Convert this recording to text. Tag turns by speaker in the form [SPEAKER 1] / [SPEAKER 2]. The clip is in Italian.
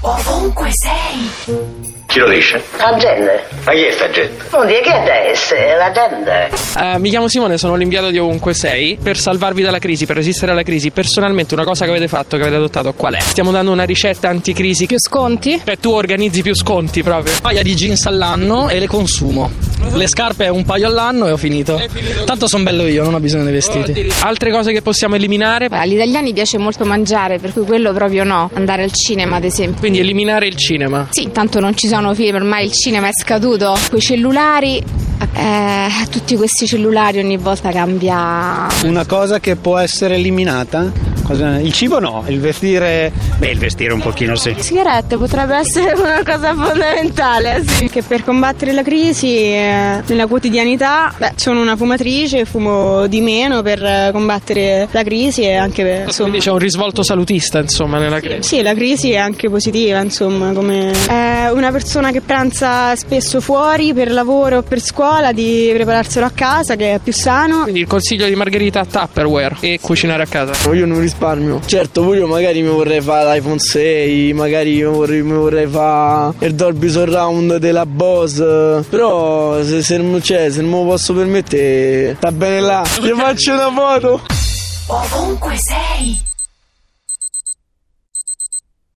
[SPEAKER 1] Ovunque sei.
[SPEAKER 2] Chi lo dice?
[SPEAKER 3] Agende.
[SPEAKER 2] Ma chi è sta gente?
[SPEAKER 3] Non dire che adesso è l'agenda.
[SPEAKER 4] Eh, mi chiamo Simone, sono l'inviato di Ovunque 6. Per salvarvi dalla crisi, per resistere alla crisi, personalmente una cosa che avete fatto, che avete adottato, qual è? Stiamo dando una ricetta anticrisi.
[SPEAKER 5] Più sconti?
[SPEAKER 4] Cioè, tu organizzi più sconti proprio.
[SPEAKER 6] paia di jeans all'anno e le consumo. Le scarpe un paio all'anno e ho finito. Tanto sono bello io, non ho bisogno dei vestiti.
[SPEAKER 4] Oh, Altre cose che possiamo eliminare?
[SPEAKER 5] Beh, Agli italiani piace molto mangiare, per cui quello proprio no. Andare al cinema, ad esempio.
[SPEAKER 4] Quindi eliminare il cinema.
[SPEAKER 5] Sì, tanto non ci sono film, ormai il cinema è scaduto. Quei cellulari. Eh, tutti questi cellulari ogni volta cambia.
[SPEAKER 7] Una cosa che può essere eliminata? Cosa- Il cibo no, il vestire... Beh, il vestire un pochino sì.
[SPEAKER 8] Sigarette potrebbe essere una cosa fondamentale, sì. Che per combattere la crisi eh, nella quotidianità, beh, sono una fumatrice, fumo di meno per eh, combattere la crisi e anche per, insomma...
[SPEAKER 4] Quindi c'è un risvolto salutista, insomma, nella crisi.
[SPEAKER 8] Sì, la crisi è anche positiva, insomma, come è una persona che pranza spesso fuori per lavoro o per scuola di prepararselo a casa che è più sano.
[SPEAKER 4] Quindi il consiglio di Margherita Tupperware e cucinare a casa.
[SPEAKER 6] Voglio un risparmio. Certo, pure io magari mi vorrei fare l'iPhone 6, magari mi vorrei, mi vorrei fare il Dolby Surround della Bose. Però se, se non c'è, se non me lo posso permettere, sta bene là. Ti faccio una foto.
[SPEAKER 1] Ovunque sei.